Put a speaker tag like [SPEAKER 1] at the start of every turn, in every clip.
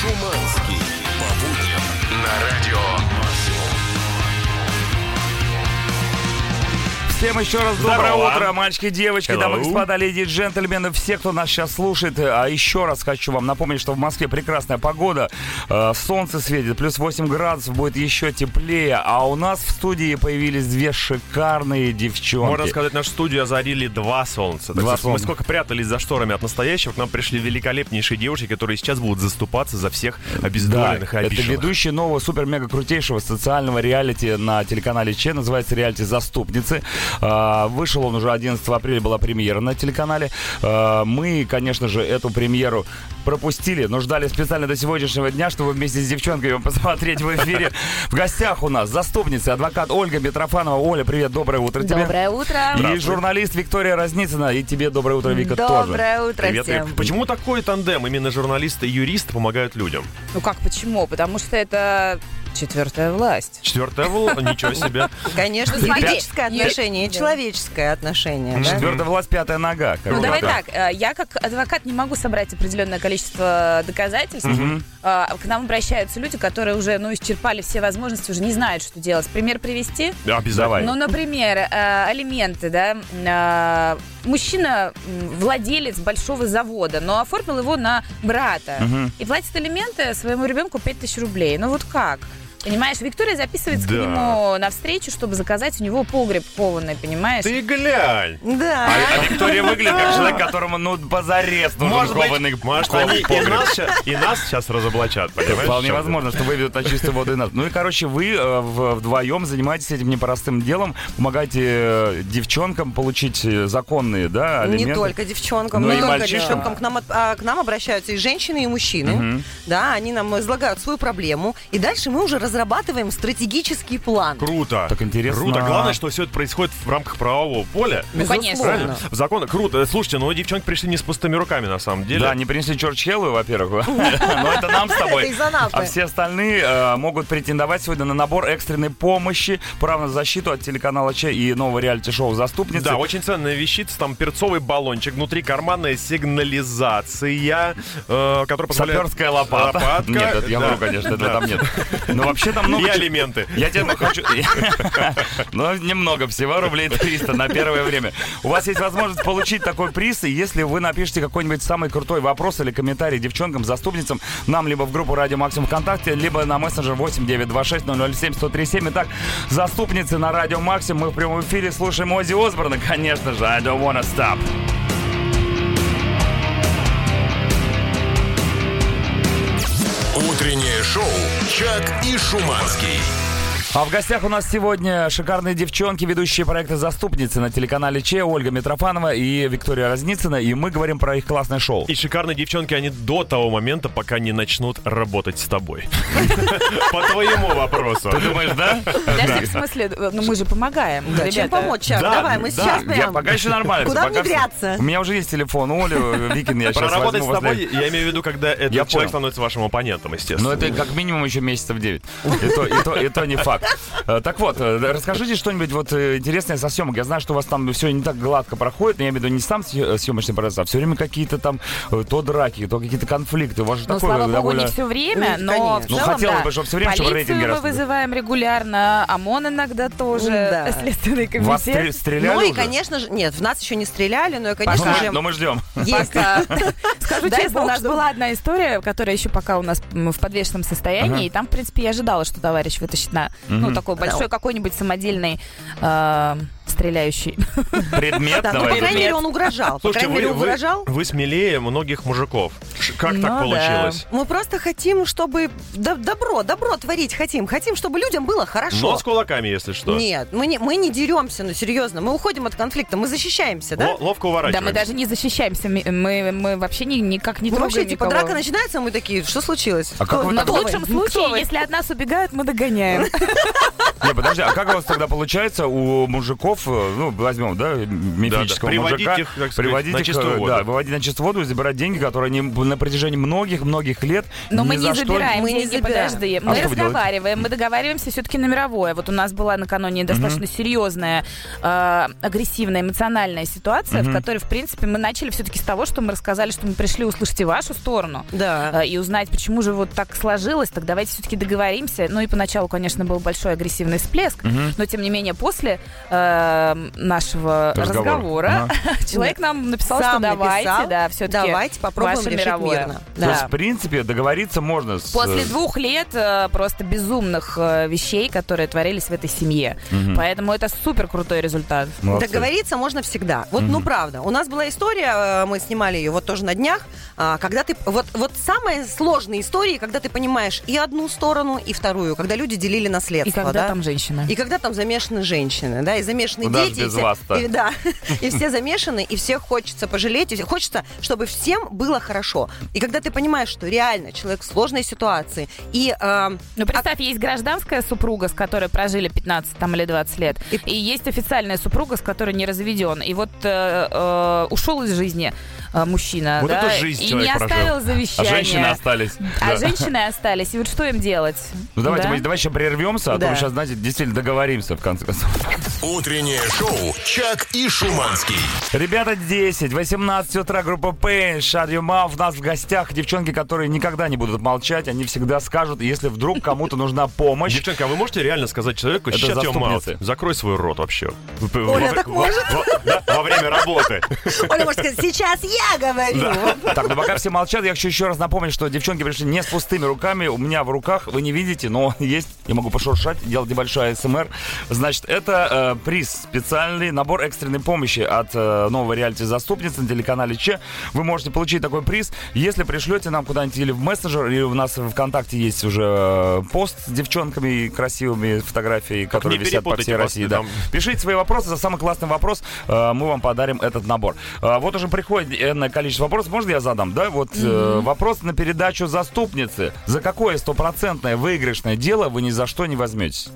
[SPEAKER 1] Шуманский. По будням на радио.
[SPEAKER 2] Всем еще раз доброе
[SPEAKER 3] Здорово.
[SPEAKER 2] утро, мальчики, девочки, дамы и
[SPEAKER 3] Hello.
[SPEAKER 2] господа, леди и джентльмены, все, кто нас сейчас слушает. А еще раз хочу вам напомнить, что в Москве прекрасная погода, э, солнце светит, плюс 8 градусов, будет еще теплее. А у нас в студии появились две шикарные девчонки.
[SPEAKER 3] Можно сказать, нашу студию озарили два солнца. Так
[SPEAKER 2] Два
[SPEAKER 3] что Мы
[SPEAKER 2] солнца.
[SPEAKER 3] сколько прятались за шторами от настоящего, к нам пришли великолепнейшие девушки, которые сейчас будут заступаться за всех
[SPEAKER 2] Да,
[SPEAKER 3] обездоленных и
[SPEAKER 2] это
[SPEAKER 3] обиженных.
[SPEAKER 2] ведущий нового супер-мега-крутейшего социального реалити на телеканале Че, называется реалити «Заступницы». А, Вышел он уже 11 апреля, была премьера на телеканале. А, Мы, конечно же, эту премьеру пропустили, но ждали специально до сегодняшнего дня, чтобы вместе с девчонками посмотреть в эфире. В гостях у нас заступница, адвокат Ольга Митрофанова. Оля, привет, доброе утро тебе.
[SPEAKER 4] Доброе утро.
[SPEAKER 2] И журналист Виктория Разницына. И тебе доброе утро, Вика, тоже.
[SPEAKER 4] Доброе утро
[SPEAKER 3] Привет,
[SPEAKER 4] всем.
[SPEAKER 3] привет. Почему такой тандем? Именно журналисты и юристы помогают людям.
[SPEAKER 4] Ну как почему? Потому что это четвертая власть.
[SPEAKER 3] Четвертая волна, ническо себе.
[SPEAKER 5] Конечно, юридическое
[SPEAKER 4] Юри-
[SPEAKER 5] отношение и
[SPEAKER 4] Да.
[SPEAKER 5] человеческое отношение. да?
[SPEAKER 2] Четвертая власть, пятая нога. как
[SPEAKER 4] Ну,
[SPEAKER 2] бы.
[SPEAKER 4] давай
[SPEAKER 3] да.
[SPEAKER 4] так, э, я как адвокат не могу собрать определенное количество доказательств. Э, К нам обращаются люди, которые уже, ну, исчерпали все возможности, уже не знают, что делать. Пример привести?
[SPEAKER 2] Давай.
[SPEAKER 3] Обязательно.
[SPEAKER 4] Ну, например, э, алименты, да. Э, Мужчина м, владелец большого завода, но оформил его на брата.
[SPEAKER 2] Мгм.
[SPEAKER 4] И платит алименты своему ребенку 5000 рублей. Ну вот как? Понимаешь, Виктория записывается к
[SPEAKER 3] Да.
[SPEAKER 4] нему на встречу, чтобы заказать у него погреб кованный, понимаешь?
[SPEAKER 3] Ты глянь.
[SPEAKER 5] Да.
[SPEAKER 2] А Виктория выглядит как человек, которому ну позарез нужен
[SPEAKER 3] Может быть,
[SPEAKER 2] кованый
[SPEAKER 3] Может,
[SPEAKER 2] кованый
[SPEAKER 3] они и
[SPEAKER 2] погреб.
[SPEAKER 3] нас ща- и нас сейчас разоблачат, понимаешь?
[SPEAKER 2] Вполне
[SPEAKER 3] в чём дело?
[SPEAKER 2] возможно, что выведут на чистую воду и нас. Ну и, короче, вы э, в- вдвоем занимаетесь этим непростым делом, помогаете э, девчонкам получить э, законные, да, алименты.
[SPEAKER 5] Не только девчонкам,
[SPEAKER 2] Ну и
[SPEAKER 5] не только
[SPEAKER 2] мальчишкам.
[SPEAKER 5] девчонкам. К нам, от- а, к нам обращаются и женщины, и мужчины.
[SPEAKER 2] Мгм.
[SPEAKER 5] Да, они нам излагают свою проблему. И дальше мы уже разрабатываем стратегический план.
[SPEAKER 3] Круто.
[SPEAKER 2] Так интересно.
[SPEAKER 3] Круто. Главное, что все это происходит в рамках правового поля.
[SPEAKER 4] Ну, конечно.
[SPEAKER 3] Правильно? В закон. Круто. Слушайте, ну девчонки пришли не с пустыми руками, на самом деле.
[SPEAKER 2] Да, не принесли Чорч Хеллу, во-первых. Но это нам с тобой.
[SPEAKER 5] Это из-за нас,
[SPEAKER 2] А
[SPEAKER 5] да.
[SPEAKER 2] все остальные э, могут претендовать сегодня на набор экстренной помощи, право на защиту от телеканала Че и нового реалити-шоу «Заступницы».
[SPEAKER 3] Да, очень ценная вещица, там перцовый баллончик, внутри карманная сигнализация, э, которая позволяет...
[SPEAKER 2] Саперская лопата.
[SPEAKER 3] Лопатка.
[SPEAKER 2] Нет, это я
[SPEAKER 3] Да.
[SPEAKER 2] вру, конечно, этого там нет. Но вообще там
[SPEAKER 3] И
[SPEAKER 2] много... чего-
[SPEAKER 3] алименты.
[SPEAKER 2] Я тебе хочу... Ну, немного всего, рублей 300 на первое время. У вас есть возможность получить такой приз, и если вы напишите какой-нибудь самый крутой вопрос или комментарий девчонкам, заступницам, нам либо в группу «Радио Максимум ВКонтакте», либо на мессенджер 8926-007-137. Итак, заступницы на «Радио Максимум». Мы в прямом эфире слушаем Ози Осборна, конечно же. I don't wanna stop.
[SPEAKER 1] Утреннее шоу «Чак и Шуманский».
[SPEAKER 2] А в гостях у нас сегодня шикарные девчонки, ведущие проекта «Заступницы» на телеканале Че, Ольга Митрофанова и Виктория Разницына, и мы говорим про их классное шоу.
[SPEAKER 3] И шикарные девчонки, они до того момента, пока не начнут работать с тобой. По твоему вопросу.
[SPEAKER 2] Думаешь, да?
[SPEAKER 4] Подожди, в смысле, ну мы же помогаем.
[SPEAKER 5] Да, чем
[SPEAKER 4] ребята.
[SPEAKER 5] помочь, Чак?
[SPEAKER 3] Да,
[SPEAKER 5] Давай, мы
[SPEAKER 3] да,
[SPEAKER 5] сейчас прям...
[SPEAKER 2] Я пока еще нормально.
[SPEAKER 5] Куда
[SPEAKER 2] пока всё-
[SPEAKER 5] внедряться?
[SPEAKER 2] У меня уже есть телефон у Оли, э, Викин, я сейчас
[SPEAKER 3] Проработать с
[SPEAKER 2] возьму, возле-
[SPEAKER 3] тобой, я имею в виду, когда этот
[SPEAKER 2] Я
[SPEAKER 3] человек
[SPEAKER 2] понял. Ну,
[SPEAKER 3] становится вашим оппонентом,
[SPEAKER 2] Но
[SPEAKER 3] естественно.
[SPEAKER 2] это как минимум еще месяцев 9. И то, и то, и то не факт. Э, Так вот, э, расскажите что-нибудь вот э, интересное со съемок. Я знаю, что у вас там все не так гладко проходит, но я имею в виду не сам съё- съемочный процесс, а все время какие-то там э, то драки, то какие-то конфликты. У вас же
[SPEAKER 4] Ну,
[SPEAKER 2] такое
[SPEAKER 4] слава богу,
[SPEAKER 2] довольно...
[SPEAKER 4] не все время,
[SPEAKER 5] Ну,
[SPEAKER 4] но в
[SPEAKER 5] конечно.
[SPEAKER 2] Ну,
[SPEAKER 4] целом,
[SPEAKER 2] хотелось
[SPEAKER 4] да.
[SPEAKER 2] бы, чтобы всё время, чтобы
[SPEAKER 4] Полицию
[SPEAKER 2] рейтинги
[SPEAKER 4] мы
[SPEAKER 2] росли.
[SPEAKER 4] вызываем регулярно, ОМОН иногда тоже,
[SPEAKER 5] М-да.
[SPEAKER 4] Следственный
[SPEAKER 2] Вас
[SPEAKER 4] комитет.
[SPEAKER 2] стре- стреляли
[SPEAKER 5] Ну и,
[SPEAKER 2] уже?
[SPEAKER 5] конечно же... Нет, в нас еще не стреляли, но, и,
[SPEAKER 2] Ну,
[SPEAKER 5] конечно
[SPEAKER 2] мы-
[SPEAKER 5] же...
[SPEAKER 2] Но мы ждем.
[SPEAKER 5] Есть. а,
[SPEAKER 4] Скажу
[SPEAKER 5] Дай
[SPEAKER 4] честно, у
[SPEAKER 5] бог,
[SPEAKER 4] нас
[SPEAKER 5] чтобы-
[SPEAKER 4] была одна история, которая еще пока у нас м, в подвешенном состоянии, и там, в принципе, я ожидала, что товарищ вытащит на, ну, такой большой какой-нибудь самодельный э, стреляющий.
[SPEAKER 2] Предмет,
[SPEAKER 5] Да, ну, по
[SPEAKER 2] давай.
[SPEAKER 5] крайней мере, он угрожал. По
[SPEAKER 3] Слушайте,
[SPEAKER 5] крайней мере,
[SPEAKER 3] вы, вы,
[SPEAKER 5] угрожал.
[SPEAKER 3] вы смелее многих мужиков. Ш- Как
[SPEAKER 4] Ну да.
[SPEAKER 3] так получилось?
[SPEAKER 5] Мы просто хотим, чтобы... до- Добро, добро творить хотим. Хотим, чтобы людям было хорошо.
[SPEAKER 3] Но с кулаками, если что.
[SPEAKER 5] Нет, мы не, мы не деремся, ну серьезно, мы уходим от конфликта, мы защищаемся, да?
[SPEAKER 3] Л- ловко
[SPEAKER 4] Да,
[SPEAKER 3] уворачиваемся.
[SPEAKER 4] мы даже не защищаемся, ми- мы, мы вообще ни- никак не
[SPEAKER 5] Ну,
[SPEAKER 4] трогаем
[SPEAKER 5] вообще, типа,
[SPEAKER 4] никого.
[SPEAKER 5] драка начинается, а мы такие, что случилось?
[SPEAKER 2] А как вы
[SPEAKER 4] Но
[SPEAKER 2] так-
[SPEAKER 4] в лучшем случае, если от нас убегают, мы догоняем.
[SPEAKER 2] Не, подожди, а как у вас тогда получается у мужиков мужиков, э, ну, возьмем, да, мифического
[SPEAKER 3] Да-да. Приводить
[SPEAKER 2] мужика.
[SPEAKER 3] их, так сказать,
[SPEAKER 2] приводить
[SPEAKER 3] на
[SPEAKER 2] их,
[SPEAKER 3] чистую
[SPEAKER 2] э,
[SPEAKER 3] воду.
[SPEAKER 2] Да, выводить на чистую воду и забирать деньги, которые они на протяжении многих-многих лет
[SPEAKER 4] Но
[SPEAKER 2] ни
[SPEAKER 4] мы не
[SPEAKER 2] за что-
[SPEAKER 4] забираем
[SPEAKER 5] Мы не
[SPEAKER 4] деньги,
[SPEAKER 5] забираем.
[SPEAKER 4] подожди.
[SPEAKER 2] А
[SPEAKER 4] Мы
[SPEAKER 2] что вы делаете?
[SPEAKER 4] разговариваем, мы договариваемся все-таки на мировое. Вот у нас была накануне достаточно серьезная э, агрессивная эмоциональная ситуация, в которой, в принципе, мы начали все-таки с того, что мы рассказали, что мы пришли услышать и вашу сторону.
[SPEAKER 5] Да.
[SPEAKER 4] э, И узнать, почему же вот так сложилось, так давайте все-таки договоримся. Ну и поначалу, конечно, был большой агрессивный всплеск, но тем не менее после э, нашего
[SPEAKER 2] Разговора.
[SPEAKER 4] разговора человек нам написал,
[SPEAKER 5] Сам
[SPEAKER 4] что давайте,
[SPEAKER 5] написал,
[SPEAKER 4] да, все-таки
[SPEAKER 5] давайте попробуем решить мирно.
[SPEAKER 2] То есть, в принципе, договориться можно. С... э,
[SPEAKER 4] После двух лет э, просто безумных э, вещей, которые творились в этой семье. Поэтому это супер крутой результат.
[SPEAKER 2] Молодцы.
[SPEAKER 5] Договориться можно всегда. Вот, ну правда. У нас была история, э, мы снимали ее вот тоже на днях, а, когда ты... Вот, вот самые сложные истории, когда ты понимаешь и одну сторону, и вторую, когда люди делили
[SPEAKER 4] И
[SPEAKER 5] наследство,
[SPEAKER 4] когда
[SPEAKER 5] да?
[SPEAKER 4] там женщина?
[SPEAKER 5] И когда там замешаны женщины, да, и замешаны
[SPEAKER 2] Куда ж
[SPEAKER 5] дети. и
[SPEAKER 2] без
[SPEAKER 5] все-
[SPEAKER 2] вас-то?
[SPEAKER 5] и, да, и все замешаны, и всех хочется пожалеть, и все- хочется, чтобы всем было хорошо. И когда ты понимаешь, что реально человек в сложной ситуации, и... эм,
[SPEAKER 4] Ну, представь, есть гражданская супруга, с которой прожили 15 там, или 20 лет,
[SPEAKER 5] И-
[SPEAKER 4] и есть официальная супруга, с которой не разведен. И вот э, э, ушел из жизни э, мужчина,
[SPEAKER 3] Вот
[SPEAKER 4] да,
[SPEAKER 3] это жизнь
[SPEAKER 4] и не
[SPEAKER 3] человек прожил.
[SPEAKER 4] оставил
[SPEAKER 2] А
[SPEAKER 4] завещание.
[SPEAKER 2] женщины остались.
[SPEAKER 4] А
[SPEAKER 2] Да.
[SPEAKER 4] женщины остались. И вот что им делать?
[SPEAKER 2] Ну давайте,
[SPEAKER 4] Да?
[SPEAKER 2] мы, давай еще прервемся, а то
[SPEAKER 5] Да.
[SPEAKER 2] мы сейчас, знаете, действительно договоримся в конце концов.
[SPEAKER 1] Утреннее шоу «Чак и Шуманский».
[SPEAKER 2] Ребята, 10, 18 утра, группа Pain, Шар Мав. У нас в гостях девчонки, которые никогда не будут молчать, они всегда скажут, если вдруг кому-то нужна помощь.
[SPEAKER 3] Девчонка, а вы можете реально сказать человеку,
[SPEAKER 2] Это
[SPEAKER 3] сейчас я мало.
[SPEAKER 2] заступницы.
[SPEAKER 3] Закрой свой рот вообще.
[SPEAKER 5] Оля так может?
[SPEAKER 3] во- да, во время работы.
[SPEAKER 5] Оля может сказать, сейчас я говорю.
[SPEAKER 2] Так, ну пока все молчат, я хочу еще раз напомнить, что девчонки пришли не с пустыми руками. У меня в руках, вы не видите, но есть. Я могу пошуршать, делать небольшой СМР. Значит, это э, приз, специальный набор экстренной помощи от э, нового реалити заступницы на телеканале Че. Вы можете получить такой приз, если пришлете нам куда-нибудь или в мессенджер, или у нас в ВКонтакте есть уже э, пост с девчонками и красивыми фотографии, которые
[SPEAKER 3] не
[SPEAKER 2] висят по
[SPEAKER 3] перепутайте
[SPEAKER 2] всей
[SPEAKER 3] вас,
[SPEAKER 2] России.
[SPEAKER 3] ты
[SPEAKER 2] Да.
[SPEAKER 3] там.
[SPEAKER 2] Пишите свои вопросы, за самый классный вопрос э, мы вам подарим этот набор. Э, Вот уже приходит энное количество вопросов. Можно я задам, да? Вот э, вопрос на передачу заступницы. За какое стопроцентное выигрышное дело вы ни за что не возьметесь?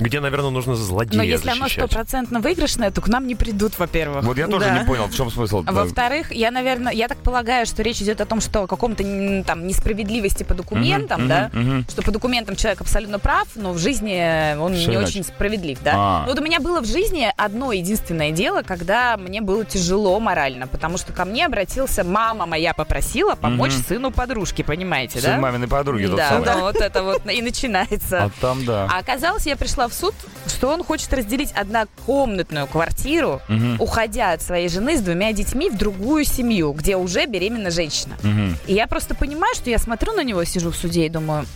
[SPEAKER 3] Где, наверное, нужно
[SPEAKER 4] Но
[SPEAKER 3] злодея
[SPEAKER 4] если оно
[SPEAKER 3] защищать.
[SPEAKER 4] стопроцентно выигрышное, то к нам не придут, во-первых.
[SPEAKER 2] Вот я тоже
[SPEAKER 5] Да.
[SPEAKER 2] не понял, в чем смысл.
[SPEAKER 4] А Во-вторых, я, наверное, я так полагаю, что речь идет о том, что о каком-то м, там несправедливости по документам,
[SPEAKER 2] мгм,
[SPEAKER 4] да,
[SPEAKER 2] мгм.
[SPEAKER 4] что по документам человек абсолютно прав, но в жизни он
[SPEAKER 2] Всё
[SPEAKER 4] не
[SPEAKER 2] иначе.
[SPEAKER 4] очень справедлив, да.
[SPEAKER 2] А.
[SPEAKER 4] Ну, Вот у меня было в жизни одно единственное дело, когда мне было тяжело морально, потому что ко мне обратился мама моя попросила помочь сыну подружки, понимаете,
[SPEAKER 2] Сын
[SPEAKER 4] да?
[SPEAKER 2] маминой подруги тот
[SPEAKER 4] да,
[SPEAKER 2] самый.
[SPEAKER 4] да, вот это вот и начинается.
[SPEAKER 2] А там, да.
[SPEAKER 4] А оказалось, я пришла в суд, что он хочет разделить однокомнатную квартиру, уходя от своей жены с двумя детьми в другую семью, где уже беременна женщина.
[SPEAKER 2] Мгм.
[SPEAKER 4] И я просто понимаю, что я смотрю на него, сижу в суде и думаю,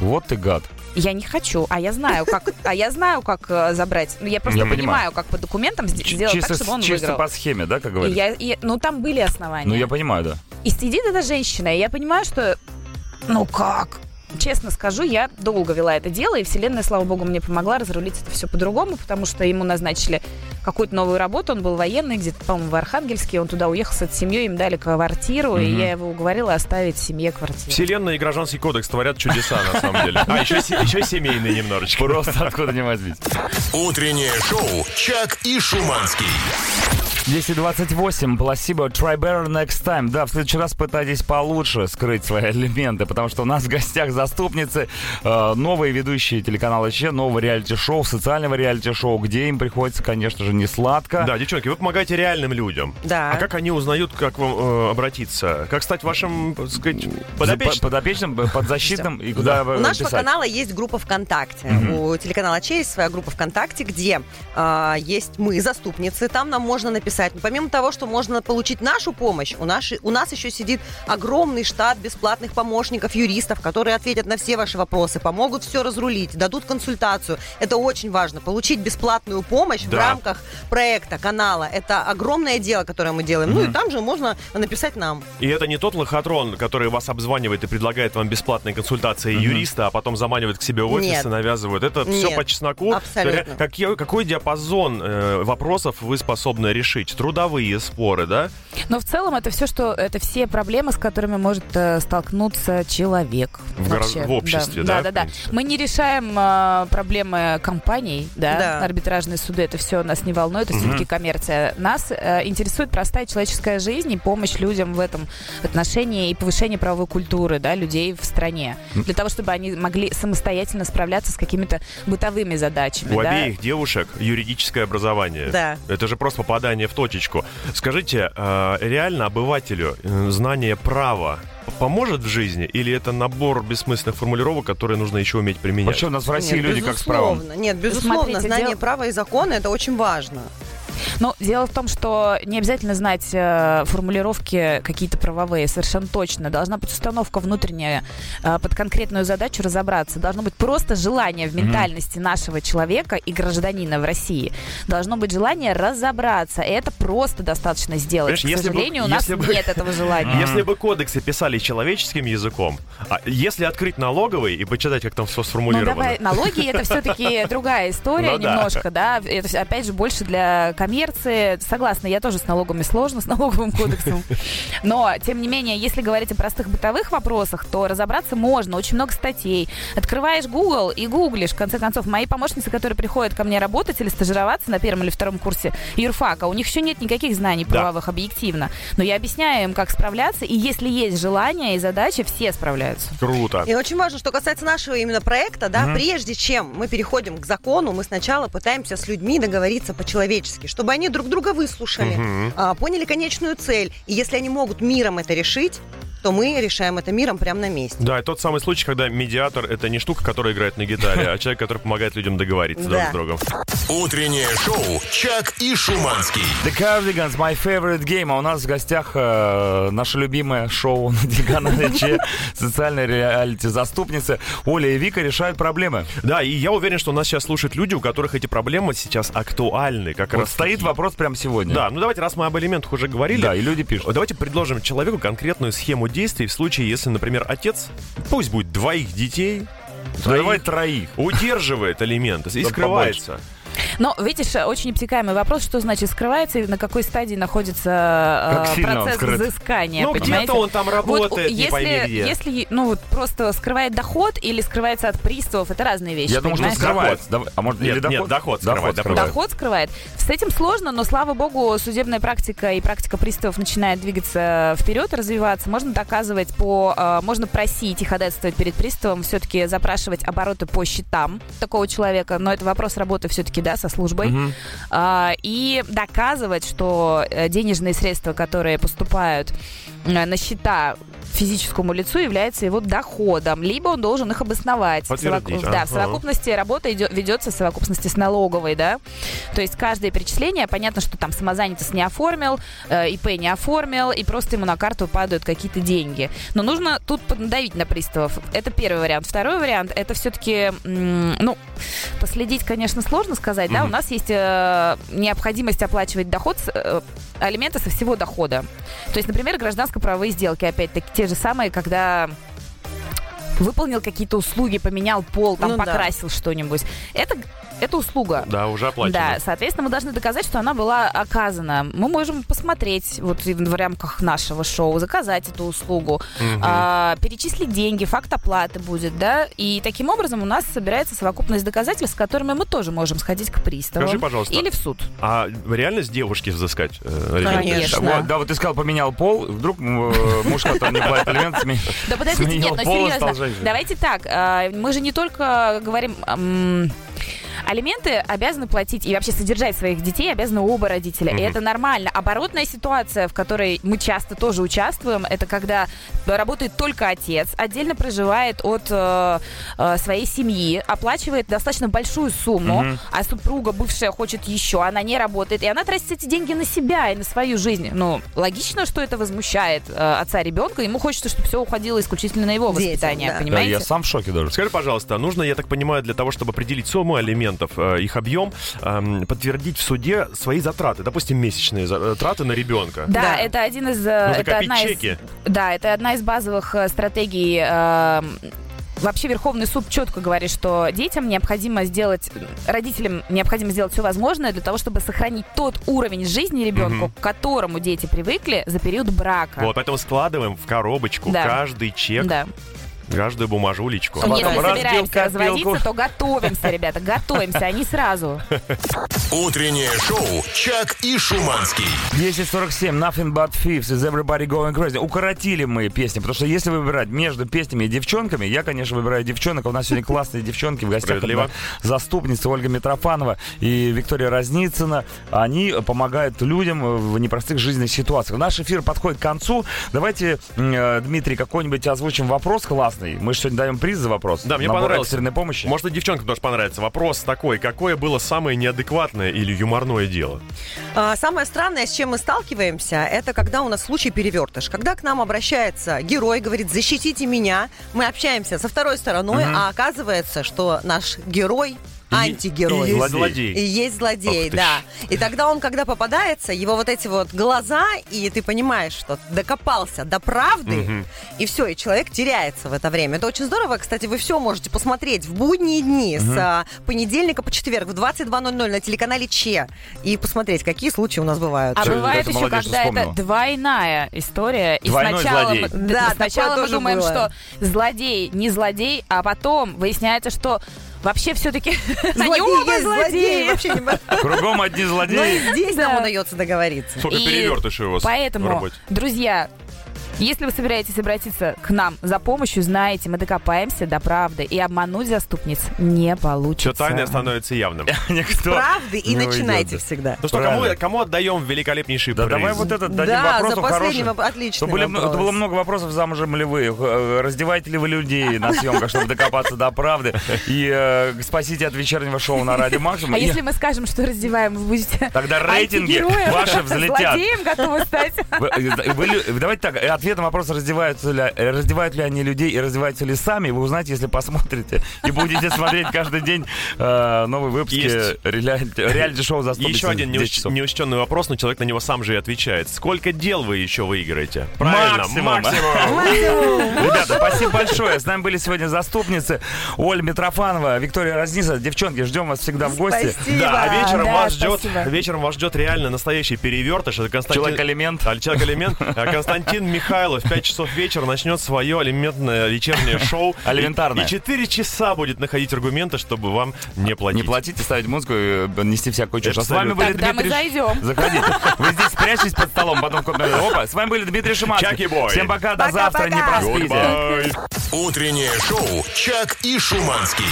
[SPEAKER 2] Вот ты гад.
[SPEAKER 4] я не хочу, а я знаю, как, а я знаю, как э, забрать. Ну, я просто
[SPEAKER 2] Я
[SPEAKER 4] понимаю,
[SPEAKER 2] понимаю.
[SPEAKER 4] как по документам сде-
[SPEAKER 2] Ч-
[SPEAKER 4] сделать
[SPEAKER 2] чисто
[SPEAKER 4] так, чтобы он
[SPEAKER 2] чисто
[SPEAKER 4] выиграл.
[SPEAKER 2] по схеме, да, как
[SPEAKER 4] И
[SPEAKER 2] говорится?
[SPEAKER 4] я, и- ну, там были основания.
[SPEAKER 2] Ну, я понимаю, да.
[SPEAKER 4] И сидит эта женщина, и я понимаю, что... Ну как? Честно скажу, я долго вела это дело, и Вселенная, слава богу, мне помогла разрулить это все по-другому, потому что ему назначили какую-то новую работу, он был военный, где-то, по-моему, в Архангельске, он туда уехал с этой семьей, им дали квартиру, и я его уговорила оставить семье квартиру.
[SPEAKER 3] Вселенная и Гражданский кодекс творят чудеса, на самом деле. А еще, се- еще семейные немножечко.
[SPEAKER 2] Просто откуда не возьмись.
[SPEAKER 1] Утреннее шоу «Чак и Шуманский».
[SPEAKER 2] 10.28, пласибо, try better next time. Да, в следующий раз пытайтесь получше скрыть свои элементы, потому что у нас в гостях заступницы, э, новые ведущие телеканала Че, нового реалити-шоу, социального реалити-шоу, где им приходится, конечно же, не сладко.
[SPEAKER 3] Да, девчонки, вы помогаете реальным людям.
[SPEAKER 5] Да.
[SPEAKER 3] А как они узнают, как вам э, обратиться? Как стать вашим, так сказать,
[SPEAKER 2] За- по-
[SPEAKER 3] подопечным?
[SPEAKER 2] подопечным, э, подзащитным и куда
[SPEAKER 5] У
[SPEAKER 2] писать?
[SPEAKER 5] нашего канала есть группа ВКонтакте. У телеканала Че есть своя группа ВКонтакте, где а, есть мы, заступницы. Там нам можно написать. Но помимо того, что можно получить нашу помощь, у, нашей, у нас еще сидит огромный штат бесплатных помощников, юристов, которые ответят на все ваши вопросы, помогут все разрулить, дадут консультацию. Это очень важно. Получить бесплатную помощь в
[SPEAKER 3] Да.
[SPEAKER 5] рамках проекта, канала. Это огромное дело, которое мы делаем. Ну и там же можно написать нам.
[SPEAKER 3] И это не тот лохотрон, который вас обзванивает и предлагает вам бесплатные консультации юриста, а потом заманивает к себе в офис
[SPEAKER 5] Нет.
[SPEAKER 3] и навязывает. Это все
[SPEAKER 5] Нет.
[SPEAKER 3] по чесноку.
[SPEAKER 5] Абсолютно.
[SPEAKER 3] Какие- Какой диапазон э, вопросов вы способны решить? жить, трудовые споры, да?
[SPEAKER 4] Но в целом это все, что это все проблемы, с которыми может э, столкнуться человек
[SPEAKER 3] В горо- в обществе, да,
[SPEAKER 4] Да,
[SPEAKER 3] в
[SPEAKER 4] да,
[SPEAKER 3] принципе?
[SPEAKER 4] Мы не решаем э, проблемы компаний, да,
[SPEAKER 5] Да.
[SPEAKER 4] арбитражные суды, это все нас не волнует, это все-таки коммерция. Нас э, интересует простая человеческая жизнь и помощь людям в этом отношении и повышение правовой культуры, да, людей в стране для того, чтобы они могли самостоятельно справляться с какими-то бытовыми задачами,
[SPEAKER 3] У
[SPEAKER 4] да.
[SPEAKER 3] обеих девушек юридическое образование.
[SPEAKER 5] Да.
[SPEAKER 3] Это же просто попадание в точечку. Скажите, э, реально обывателю э, знание права поможет в жизни или это набор бессмысленных формулировок, которые нужно еще уметь применять?
[SPEAKER 2] Вообще у нас в России
[SPEAKER 5] Нет,
[SPEAKER 2] люди как с правом.
[SPEAKER 5] безусловно. Нет, безусловно,
[SPEAKER 4] Смотрите,
[SPEAKER 5] знание
[SPEAKER 4] дело-
[SPEAKER 5] права и закона это очень важно.
[SPEAKER 4] Но дело в том, что не обязательно знать э, формулировки какие-то правовые, совершенно точно. Должна быть установка внутренняя э, под конкретную задачу разобраться. Должно быть просто желание в ментальности нашего человека и гражданина в России. Должно быть желание разобраться. И это просто достаточно сделать.
[SPEAKER 3] Понимаешь,
[SPEAKER 4] К
[SPEAKER 3] если бы-
[SPEAKER 4] сожалению, у нас
[SPEAKER 3] если бы-
[SPEAKER 4] нет этого желания.
[SPEAKER 3] Если бы кодексы писали человеческим языком, а если открыть налоговый и почитать, как там все
[SPEAKER 4] Ну,
[SPEAKER 3] сформулировано,
[SPEAKER 4] давай, налоги это все-таки другая история
[SPEAKER 3] Ну да.
[SPEAKER 4] немножко, да. Это, всё, опять же, больше для коммерции. Согласна, я тоже с налогами сложно, с налоговым кодексом. Но, тем не менее, если говорить о простых бытовых вопросах, то разобраться можно. Очень много статей. Открываешь Google и гуглишь. В конце концов, мои помощницы, которые приходят ко мне работать или стажироваться на первом или втором курсе юрфака, у них еще нет никаких знаний
[SPEAKER 3] Да.
[SPEAKER 4] правовых объективно. Но я объясняю им, как справляться. И если есть желание и задачи, все справляются.
[SPEAKER 3] круто.
[SPEAKER 4] Э,
[SPEAKER 5] И очень важно, что касается нашего именно проекта, да, прежде чем мы переходим к закону, мы сначала пытаемся с людьми договориться по-человечески, чтобы они друг друга выслушали, а, поняли конечную цель. И если они могут миром это решить, то мы решаем это миром прямо на месте.
[SPEAKER 3] Да, и тот самый случай, когда медиатор это не штука, которая играет на гитаре, а человек, который помогает людям договориться друг
[SPEAKER 5] Да.
[SPEAKER 3] с другом.
[SPEAKER 1] Утреннее шоу «Чак и Шуманский».
[SPEAKER 2] The Cardigans, my favorite game. А у нас в гостях э, наше любимое шоу на телеканале Че, социальная реалити заступницы. Оля и Вика решают проблемы.
[SPEAKER 3] Да, и я уверен, что нас сейчас слушают люди, у которых эти проблемы сейчас актуальны. Как
[SPEAKER 2] Вот
[SPEAKER 3] раз
[SPEAKER 2] стоит
[SPEAKER 3] таки.
[SPEAKER 2] вопрос прямо сегодня.
[SPEAKER 3] Да, ну давайте, раз мы об элементах уже говорили.
[SPEAKER 2] Да, и люди пишут.
[SPEAKER 3] Давайте предложим человеку конкретную схему действий в случае, если, например, отец, пусть будет двоих детей,
[SPEAKER 2] Ну,
[SPEAKER 3] троих,
[SPEAKER 2] Давай троих.
[SPEAKER 3] удерживает элементы и
[SPEAKER 2] Да
[SPEAKER 3] скрывается.
[SPEAKER 4] Но, видишь, э, очень обтекаемый вопрос, что значит скрывается и на какой стадии находится
[SPEAKER 2] Как
[SPEAKER 4] э,
[SPEAKER 2] сильно он
[SPEAKER 4] процесс
[SPEAKER 2] скрыт?
[SPEAKER 4] взыскания,
[SPEAKER 3] Ну,
[SPEAKER 4] понимаете?
[SPEAKER 3] где-то он там
[SPEAKER 4] Вот,
[SPEAKER 3] работает, не
[SPEAKER 4] если,
[SPEAKER 3] пойми где.
[SPEAKER 4] если, ну, вот просто скрывает доход или скрывается от приставов, это разные вещи,
[SPEAKER 2] Я думаю, что
[SPEAKER 4] понимаешь?
[SPEAKER 2] скрывает. Давай- А может,
[SPEAKER 3] Нет,
[SPEAKER 2] или
[SPEAKER 3] нет,
[SPEAKER 2] доход?
[SPEAKER 3] доход скрывает, доход.
[SPEAKER 4] Доход скрывает. С этим сложно, но слава богу, судебная практика и практика приставов начинает двигаться вперед, развиваться. Можно доказывать по, э, можно просить и ходатайствовать перед приставом, все-таки запрашивать обороты по счетам такого человека. Но это вопрос работы все-таки, да, со службой. А, и доказывать, что э, денежные средства, которые поступают э, на счета физическому лицу является его доходом, либо он должен их обосновать. В
[SPEAKER 3] Подтвердить,
[SPEAKER 4] совок- Да, в
[SPEAKER 3] ага.
[SPEAKER 4] совокупности работа идет, ведется в совокупности с налоговой, да. То есть каждое перечисление, понятно, что там самозанятость не оформил, э, ИП не оформил, и просто ему на карту падают какие-то деньги. Но нужно тут поднадавить на приставов. Это первый вариант. Второй вариант, это все-таки, ну, Последить, конечно, сложно сказать, да, у нас есть э, необходимость оплачивать доход, с, э, алименты со всего дохода. То есть, например, гражданско-правовые сделки, опять-таки, те же самые, когда выполнил какие-то услуги, поменял пол, там
[SPEAKER 5] Ну да.
[SPEAKER 4] покрасил что-нибудь. Это, это услуга.
[SPEAKER 3] Да, уже
[SPEAKER 4] Да,
[SPEAKER 3] оплачено.
[SPEAKER 4] соответственно, мы должны доказать, что она была оказана. Мы можем посмотреть, вот и в рамках нашего шоу, заказать эту услугу, а, перечислить деньги, факт оплаты будет, да, и таким образом у нас собирается совокупность доказательств, с которыми мы тоже можем сходить к приставу.
[SPEAKER 3] Скажи, пожалуйста.
[SPEAKER 4] Или в суд.
[SPEAKER 3] А реально с девушки взыскать? э, элементы?
[SPEAKER 5] Конечно.
[SPEAKER 2] Да, вот, да, вот ты сказал, поменял пол, вдруг э, муж, который не платит алименты, сме-
[SPEAKER 4] Да подождите, нет,
[SPEAKER 2] сменил
[SPEAKER 4] но
[SPEAKER 2] пол и стал
[SPEAKER 4] серьезно.
[SPEAKER 2] женщиной.
[SPEAKER 4] Давайте так, а, мы же не только говорим... ам, Алименты обязаны платить и вообще содержать своих детей обязаны оба родителя. И это нормально. Оборотная ситуация, в которой мы часто тоже участвуем, это когда работает только отец, отдельно проживает от э, э, своей семьи, оплачивает достаточно большую сумму, а супруга бывшая хочет еще, она не работает, и она тратит эти деньги на себя и на свою жизнь. Ну, логично, что это возмущает э, отца ребенка, ему хочется, чтобы все уходило исключительно на его
[SPEAKER 5] Детям,
[SPEAKER 4] воспитание,
[SPEAKER 5] да.
[SPEAKER 2] Да,
[SPEAKER 4] понимаете?
[SPEAKER 2] я сам в шоке даже.
[SPEAKER 3] Скажи, пожалуйста, а нужно, я так понимаю, для того, чтобы определить сумму алиментов, э, их объем, эм, подтвердить в суде свои затраты, допустим, месячные за- э, траты на ребенка.
[SPEAKER 4] Да,
[SPEAKER 5] Да.
[SPEAKER 4] это один из, э,
[SPEAKER 3] Нужно
[SPEAKER 4] это
[SPEAKER 3] копить
[SPEAKER 4] одна
[SPEAKER 3] чеки.
[SPEAKER 4] из, да, это одна из базовых э, стратегий. э, вообще Верховный суд четко говорит, что детям необходимо сделать, родителям необходимо сделать все возможное для того, чтобы сохранить тот уровень жизни ребенку, к которому дети привыкли за период брака.
[SPEAKER 3] Вот, поэтому складываем в коробочку
[SPEAKER 4] Да.
[SPEAKER 3] каждый чек,
[SPEAKER 4] Да.
[SPEAKER 3] каждую бумажулечку.
[SPEAKER 2] А
[SPEAKER 4] Если
[SPEAKER 2] потом
[SPEAKER 4] мы собираемся
[SPEAKER 2] разделка, отделку.
[SPEAKER 4] разводиться, то готовимся, ребята, готовимся, а не сразу.
[SPEAKER 1] Утреннее шоу «Чак и Шуманский».
[SPEAKER 2] 1047, Nothing But Thieves, Is Everybody Going Crazy. Укоротили мы песни, потому что если выбирать между песнями и девчонками, я, конечно, выбираю девчонок. А У нас сегодня классные девчонки в гостях.
[SPEAKER 3] Справедливо.
[SPEAKER 2] Заступница Ольга Митрофанова и Виктория Разницына. Они помогают людям в непростых жизненных ситуациях. Наш эфир подходит к концу. Давайте, м, э, Дмитрий, какой-нибудь озвучим вопрос классный. Мы же сегодня даем приз за вопрос.
[SPEAKER 3] Да, мне
[SPEAKER 2] Набор
[SPEAKER 3] понравился.
[SPEAKER 2] экстренной помощи.
[SPEAKER 3] Может, и девчонкам тоже понравится. Вопрос такой, какое было самое неадекватное или юморное дело?
[SPEAKER 5] А, Самое странное, с чем мы сталкиваемся, это когда у нас случай перевертыш. Когда к нам обращается герой, говорит, защитите меня, мы общаемся со второй стороной, а оказывается, что наш герой антигерой.
[SPEAKER 3] и есть
[SPEAKER 5] И
[SPEAKER 3] злодей.
[SPEAKER 5] есть
[SPEAKER 3] Ах
[SPEAKER 5] злодей,
[SPEAKER 3] ты
[SPEAKER 5] да. И тогда он, когда попадается, его вот эти вот глаза, и ты понимаешь, что докопался до правды, и все, и человек теряется в это время. Это очень здорово. Кстати, вы все можете посмотреть в будние дни с а, понедельника по четверг в 22.00 на телеканале Че и посмотреть, какие случаи у нас бывают.
[SPEAKER 4] А
[SPEAKER 2] Всё,
[SPEAKER 4] бывает
[SPEAKER 2] это
[SPEAKER 4] еще,
[SPEAKER 2] молодежь
[SPEAKER 4] когда это
[SPEAKER 2] вспомнила.
[SPEAKER 4] двойная история. И
[SPEAKER 2] Двойной
[SPEAKER 4] сначала
[SPEAKER 2] злодей.
[SPEAKER 4] мы,
[SPEAKER 5] Да,
[SPEAKER 4] да,
[SPEAKER 5] такое
[SPEAKER 4] сначала мы
[SPEAKER 5] тоже
[SPEAKER 4] думаем,
[SPEAKER 5] было.
[SPEAKER 4] что злодей не злодей, а потом выясняется, что вообще все-таки они оба
[SPEAKER 5] есть злодеи,
[SPEAKER 4] злодеи.
[SPEAKER 5] вообще не бо-
[SPEAKER 2] Кругом одни
[SPEAKER 5] Но и
[SPEAKER 2] злодеи.
[SPEAKER 5] здесь нам
[SPEAKER 4] Да.
[SPEAKER 5] удается договориться.
[SPEAKER 3] Сколько
[SPEAKER 4] И
[SPEAKER 3] перевертышей у вас в
[SPEAKER 4] Поэтому,
[SPEAKER 3] работе?
[SPEAKER 4] друзья, если вы собираетесь обратиться к нам за помощью, знаете, мы докопаемся до правды. И обмануть заступниц не получится.
[SPEAKER 3] Все тайное становится явным.
[SPEAKER 5] Ну,
[SPEAKER 2] Никто
[SPEAKER 5] Правды и
[SPEAKER 2] не уйдет,
[SPEAKER 5] начинайте
[SPEAKER 2] да.
[SPEAKER 5] всегда.
[SPEAKER 3] Ну что, кому,
[SPEAKER 2] Правильно.
[SPEAKER 3] кому отдаем великолепнейший
[SPEAKER 2] Да,
[SPEAKER 3] приз?
[SPEAKER 2] давай вот этот дадим
[SPEAKER 5] Да,
[SPEAKER 2] вопрос
[SPEAKER 5] за последним оп- отличный
[SPEAKER 2] Чтобы Ну, были-
[SPEAKER 5] вопрос.
[SPEAKER 2] это было много вопросов замужем ли вы, э, раздеваете ли вы людей на съемках, чтобы докопаться до правды, и э, спасите от вечернего шоу на радио Максимум.
[SPEAKER 4] А
[SPEAKER 2] И
[SPEAKER 4] если мы скажем, что раздеваем, вы будете
[SPEAKER 2] Тогда рейтинги
[SPEAKER 4] антигероем,
[SPEAKER 2] ваши взлетят.
[SPEAKER 4] Злодеем готовы стать.
[SPEAKER 2] Вы- э, вы лю- Давайте так, э, ответ на вопрос, раздеваются ли, э, раздевают ли они людей и раздеваются ли сами, вы узнаете, если посмотрите. И будете смотреть каждый день э, новые выпуски
[SPEAKER 3] Есть.
[SPEAKER 2] реалити- реалити-шоу за
[SPEAKER 3] Еще один неуч- неучтенный вопрос, но человек на него сам же и отвечает. Сколько дел вы еще выиграете?
[SPEAKER 2] Максимум.
[SPEAKER 3] максимум.
[SPEAKER 2] Ребята, спасибо большое. С нами были сегодня заступницы Оля Митрофанова, Виктория Разниса. Девчонки, ждем вас всегда в гости.
[SPEAKER 5] Спасибо.
[SPEAKER 3] Да, а вечером
[SPEAKER 4] Да,
[SPEAKER 3] вас ждет,
[SPEAKER 4] спасибо.
[SPEAKER 3] вечером вас ждет реально настоящий перевертыш. Это Константин...
[SPEAKER 2] Человек-элемент.
[SPEAKER 3] А, Человек-элемент. А, Константин Михайлов в 5 часов вечера начнет свое алиментное вечернее шоу.
[SPEAKER 2] Алиментарное.
[SPEAKER 3] И 4 часа будет находить аргументы, чтобы вам не платить.
[SPEAKER 2] Не платите, ставить музыку, э, нести всякую чушь.
[SPEAKER 3] Это
[SPEAKER 2] А с вами
[SPEAKER 3] абсолютно.
[SPEAKER 2] были
[SPEAKER 4] Тогда мы
[SPEAKER 2] Дмитрий... Ш-
[SPEAKER 4] зайдем.
[SPEAKER 2] Заходите. Вы здесь прячьтесь под столом, потом в комнату. Опа, с вами были Дмитрий
[SPEAKER 3] Чаки
[SPEAKER 2] Шиманский.
[SPEAKER 3] бой.
[SPEAKER 2] Всем пока, до завтра, не
[SPEAKER 5] Пока-пока.
[SPEAKER 2] проспите.
[SPEAKER 3] Goodbye.
[SPEAKER 1] Утреннее шоу «Чак и Шуманский».